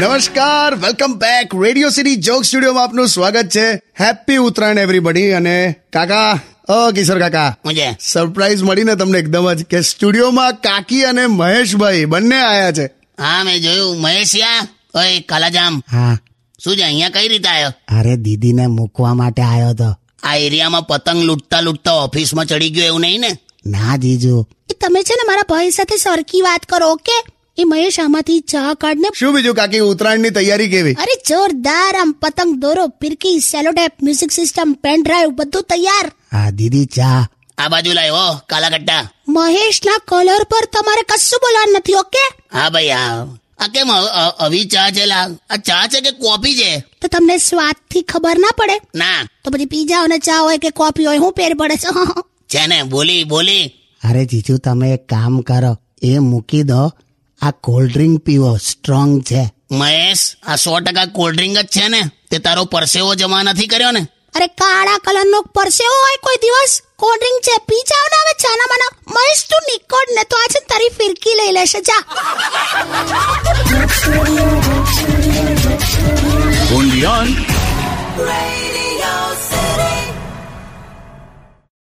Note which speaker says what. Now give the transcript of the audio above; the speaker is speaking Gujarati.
Speaker 1: નમસ્કાર welcome back radio city joke સ્ટુડિયોમાં આપનું સ્વાગત છે હેપી ઉત્તરાયણ એવરીબડી અને કાકા અ કિશોર કાકા
Speaker 2: મુજે
Speaker 1: સરપ્રાઈઝ મળીને તમને એકદમ જ કે સ્ટુડિયોમાં કાકી અને મહેશભાઈ બંને આયા છે
Speaker 2: હા મેં જોયું મહેશિયા ઓય કાલાજામ
Speaker 3: હા
Speaker 2: શું છે અહીંયા કઈ રીતે આવ્યો
Speaker 3: અરે દીદીને મૂકવા માટે આવ્યો તો
Speaker 2: આ એરિયામાં પતંગ લૂંટતા લૂંટતા ઓફિસમાં ચડી ગયો એવું નહીં ને
Speaker 3: ના જીજુ
Speaker 4: એ તમે છે ને મારા ભાઈ સાથે સરખી વાત કરો ઓકે એ મહેશ આમાંથી ચા કાઢને
Speaker 1: શું બીજું કાકી ઉત્તરાયણની તૈયારી કેવી
Speaker 4: અરે જોરદાર આમ પતંગ દોરો પિરકી sellotape music system pen drive બધું તૈયાર
Speaker 3: હા દીદી ચા
Speaker 2: આ બાજુ લાવ્યો હો કાલાકટ્ટા
Speaker 4: મહેશના કલર પર તમારે કશું બોલવાનું નથી ઓકે
Speaker 2: હા ભાઈ હા આ કેમ અ- અ- આવી ચા છે લા આ ચા છે કે કોફી છે
Speaker 4: તો તમને સ્વાદથી ખબર ના પડે
Speaker 2: ના
Speaker 4: તો પછી પીઝા અને ચા હોય કે કોફી હોય હું પેર પડે છે
Speaker 2: છે ને બોલી બોલી
Speaker 3: અરે જીજુ તમે એક કામ કરો એ મૂકી દો આ કોલ્ડ ડ્રિંક પીવો સ્ટ્રોંગ છે
Speaker 2: મહેશ આ સો ટકા કોલ્ડ ડ્રિંક જ છે ને તે તારો પરસેવો જમા નથી કર્યો ને
Speaker 4: અરે કાળા કલરનો પરસેવો હોય કોઈ દિવસ કોલ્ડ ડ્રિંક છે પી જાવ ને હવે ચાના માના મહેશ તું નિકોડ ને તો આજે તારી ફિરકી લઈ લેશે જા
Speaker 5: Undian.
Speaker 6: Radio